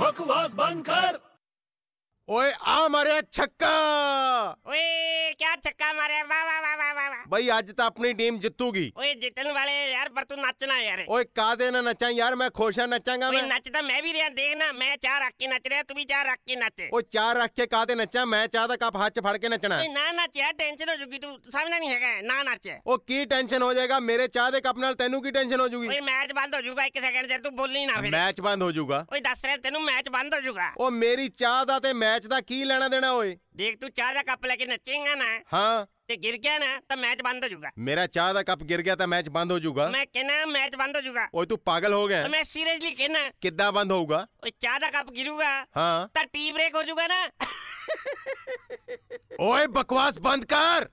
बकवास बंद कर ओए आ मारिया छक्का ओए क्या छक्का मारे वाह वाह वाह वाह वाह वाह। ਬਈ ਅੱਜ ਤਾਂ ਆਪਣੀ ਟੀਮ ਜਿੱਤੂਗੀ ओए जितने वाले यार पर तू नचना यार ਓਏ ਕਾਦੇ ਨਾ ਨੱਚਾਂ ਯਾਰ ਮੈਂ ਖੁਸ਼ ਆ ਨੱਚਾਂਗਾ ओए ਮੈਂ नचता मैं भी रहा देखना मैं चाह रख के नच रहा तू भी चाह रख के नच ਓ ਚਾਰ ਰੱਖ ਕੇ ਕਾਦੇ ਨੱਚਾਂ ਮੈਂ ਚਾਹ ਦਾ ਕੱਪ ਹੱਥ 'ਚ ਫੜ ਕੇ ਨੱਚਣਾ ओए ना नच यार टेंशन हो चुकी तू समझना नहीं है ना नच ਓ ਕੀ ਟੈਨਸ਼ਨ ਹੋ ਜਾਏਗਾ ਮੇਰੇ ਚਾਹ ਦੇ ਕੱਪ ਨਾਲ ਤੈਨੂੰ ਕੀ ਟੈਨਸ਼ਨ ਹੋ ओए ਜੂਗੀ मैच बंद हो जाऊगा एक सेकंड से तू बोल ही ना फिर ਮੈਚ ਬੰਦ ਹੋ ਜਾਊਗਾ ओए दस रहे तेनू मैच बंद हो जाऊगा ਓ ਮੇਰੀ ਚਾਹ ਦਾ ਤੇ ਮੈਚ ਦਾ ਕੀ ਲੈਣਾ ਦੇਣਾ ਓਏ देख तू चाह का कप लेके नचेगा ना ਹਾਂ ते गिर गया ना तो मैच बंद हो जाऊगा ਮੇਰਾ ਚਾਹ ਦਾ ਕੱਪ ਗਿਰ ਗਿਆ ਤਾਂ ਮੈਚ ਬੰਦ ਹੋ ਜਾਊਗਾ मैं कहना मैच बंद हो जाऊगा ਓਏ ਤੂੰ ਪਾਗਲ ਹੋ ਗਿਆ और ਹੈ? मैं सीरियसली कहना ਕਿੱਦਾਂ ਬੰਦ ਹੋਊਗਾ ओए चाह का कप गिरूगा ਹਾਂ तो टी ब्रेक हो जाऊगा ना ਓਏ ਬਕਵਾਸ ਬੰਦ ਕਰ